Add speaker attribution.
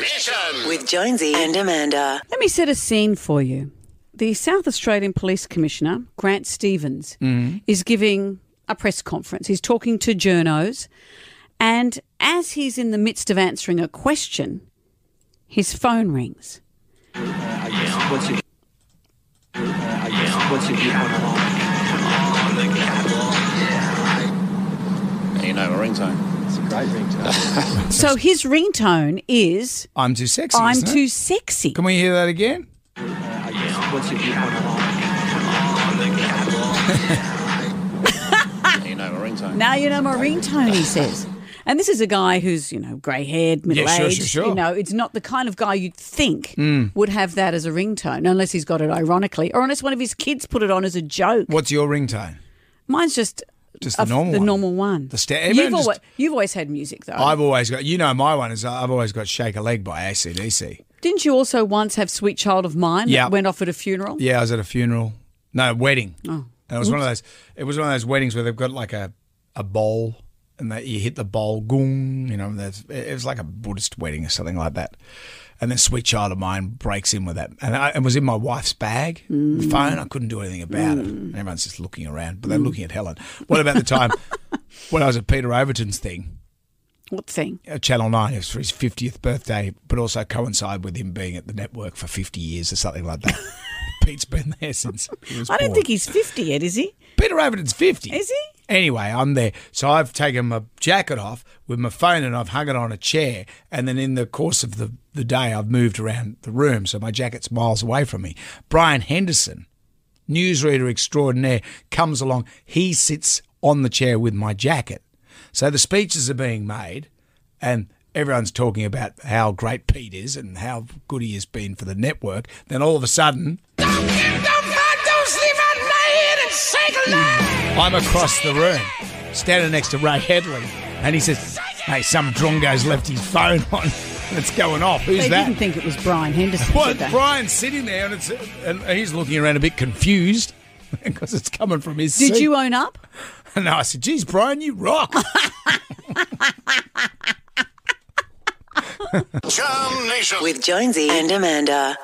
Speaker 1: Mission.
Speaker 2: with Jonesy and Amanda.
Speaker 3: Let me set a scene for you. The South Australian Police Commissioner, Grant Stevens, is giving a press conference. He's talking to journos. And as he's in the midst of answering a question, his phone rings.
Speaker 4: What's your, I guess, what's your viewpoint on all
Speaker 5: You know my ringtone.
Speaker 4: Uh,
Speaker 3: So his ringtone is
Speaker 6: I'm too sexy.
Speaker 3: I'm
Speaker 6: isn't it?
Speaker 3: too sexy.
Speaker 6: Can we hear that again?
Speaker 4: What's your viewpoint on all
Speaker 5: You know my ringtone.
Speaker 3: Now you know my ringtone, he says. And this is a guy who's, you know, grey haired, middle
Speaker 6: sure,
Speaker 3: aged.
Speaker 6: sure, sure. Hmm.
Speaker 3: You know, it's not the kind of guy you'd think would have that as a ringtone, unless he's got it ironically, or unless one of his kids put it on as a joke.
Speaker 6: What's your ringtone?
Speaker 3: Mine's just
Speaker 6: Just
Speaker 3: a
Speaker 6: the
Speaker 3: f-
Speaker 6: normal
Speaker 3: the
Speaker 6: one.
Speaker 3: normal one.
Speaker 6: The sta-
Speaker 3: you've,
Speaker 6: everyone just-
Speaker 3: alwa- you've always had music though.
Speaker 6: I've always got, you know, my one is uh, I've always got Shake a Leg by ACDC.
Speaker 3: Didn't you also once have "Sweet Child of Mine"
Speaker 6: Yeah.
Speaker 3: that went off at a funeral?
Speaker 6: Yeah, I was at a funeral, no, wedding. Oh. And it was one of those, it was one of those weddings where they've got like a, a bowl and that you hit the bowl, gung, you know, and that's, it it was like a Buddhist wedding or something like that. And then sweet child of mine breaks in with that. And I, it was in my wife's bag, the phone. I couldn't do anything about it. And everyone's just looking around, but they're looking at Helen. What about the time when I was at Peter Overton's thing?
Speaker 3: What thing?
Speaker 6: uh, Channel 9. It was for his 50th birthday, but also coincide with him being at the network for 50 years or something like that. Pete's been there since he was
Speaker 3: I don't
Speaker 6: born.
Speaker 3: think he's fifty yet, is he?
Speaker 6: Peter Overton's 50.
Speaker 3: Is he?
Speaker 6: Anyway, I'm there. So I've taken my jacket off with my phone and I've hung it on a chair. And then in the course of the, the day, I've moved around the room. So my jacket's miles away from me. Brian Henderson, newsreader extraordinaire, comes along. He sits on the chair with my jacket. So the speeches are being made and everyone's talking about how great Pete is and how good he has been for the network. Then all of a sudden, I'm across the room, standing next to Ray Headley, and he says, Hey, some drongo's left his phone on. It's going off. Who's
Speaker 3: they
Speaker 6: that?
Speaker 3: didn't think it was Brian Henderson.
Speaker 6: Well,
Speaker 3: did they?
Speaker 6: Brian's sitting there and, it's, and he's looking around a bit confused because it's coming from his
Speaker 3: Did
Speaker 6: seat.
Speaker 3: you own up?
Speaker 6: And I said, Geez, Brian, you rock.
Speaker 1: Jam Nation.
Speaker 2: With Jonesy and Amanda.